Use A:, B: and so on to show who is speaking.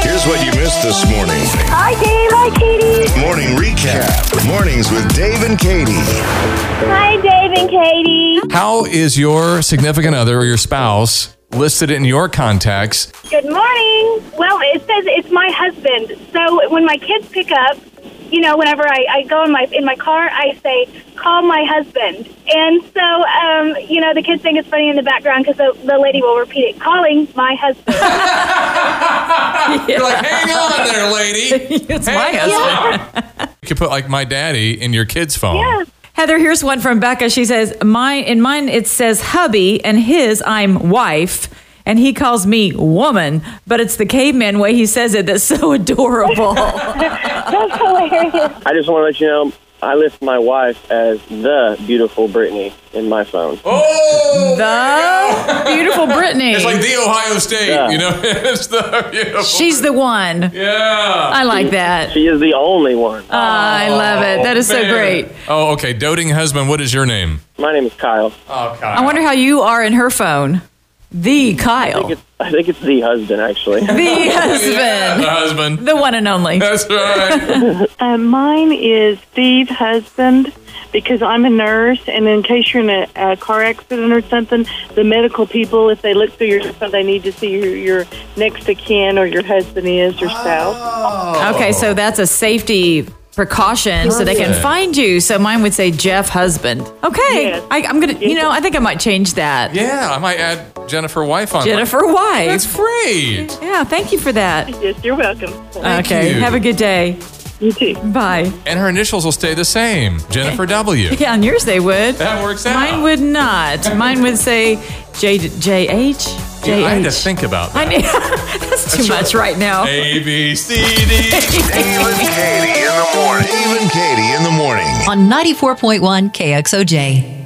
A: Here's what you missed this morning.
B: Hi, Dave. Hi, Katie.
A: Morning recap. Mornings with Dave and Katie.
B: Hi, Dave and Katie.
C: How is your significant other or your spouse listed in your contacts?
B: Good morning. Well, it says it's my husband. So when my kids pick up, you know, whenever I, I go in my in my car, I say, "Call my husband." And so, um, you know, the kids think it's funny in the background because the, the lady will repeat it, "Calling my husband."
C: You're like, hang on there, lady.
D: It's my husband.
C: You could put like my daddy in your kid's phone.
B: Yeah.
D: Heather, here's one from Becca. She says, "Mine in mine it says hubby, and his I'm wife, and he calls me woman, but it's the caveman way he says it that's so adorable."
B: That's hilarious.
E: I just want to let you know I list my wife as the beautiful Brittany in my phone.
C: Oh,
D: the beautiful Brittany.
C: it's like the Ohio State. You know, it's the beautiful.
D: She's the one.
C: yeah.
D: I like that.
E: She is the only one.
D: Oh, Uh. I love it. That is so
C: Man.
D: great.
C: Oh, okay. Doting husband. What is your name?
E: my name is Kyle.
C: Oh, God.
D: I wonder how you are in her phone. The Kyle.
E: It's, I think it's the husband, actually.
D: The husband.
C: The husband.
D: The one and only.
C: That's right.
F: Um, mine is Steve Husband because I'm a nurse, and in case you're in a, a car accident or something, the medical people, if they look through your phone, they need to see who your next of kin or your husband is or
C: Ah.
F: spouse.
D: Oh. Okay, so that's a safety precaution so they can
C: Perfect.
D: find you. So mine would say Jeff husband. Okay.
F: Yes.
D: I, I'm gonna you know, I think I might change that.
C: yeah, I might add Jennifer Wife on.
D: Jennifer
C: That's
D: wife.
C: great.
D: Yeah, thank you for that.
F: Yes, you're welcome.
D: okay.
C: you.
D: Have a good day.
F: You too.
D: Bye.
C: And her initials will stay the same. Jennifer W.
D: Yeah, on yours they would.
C: That works out.
D: Mine would not. Mine would say J J H. J
C: Yeah, I had to
D: H.
C: think about
D: I
C: that.
D: need- that's too much right now.
C: A B C D. E,
A: Dave and Katie in the morning. Dave and Katie in the morning.
G: on 94.1 KXOJ.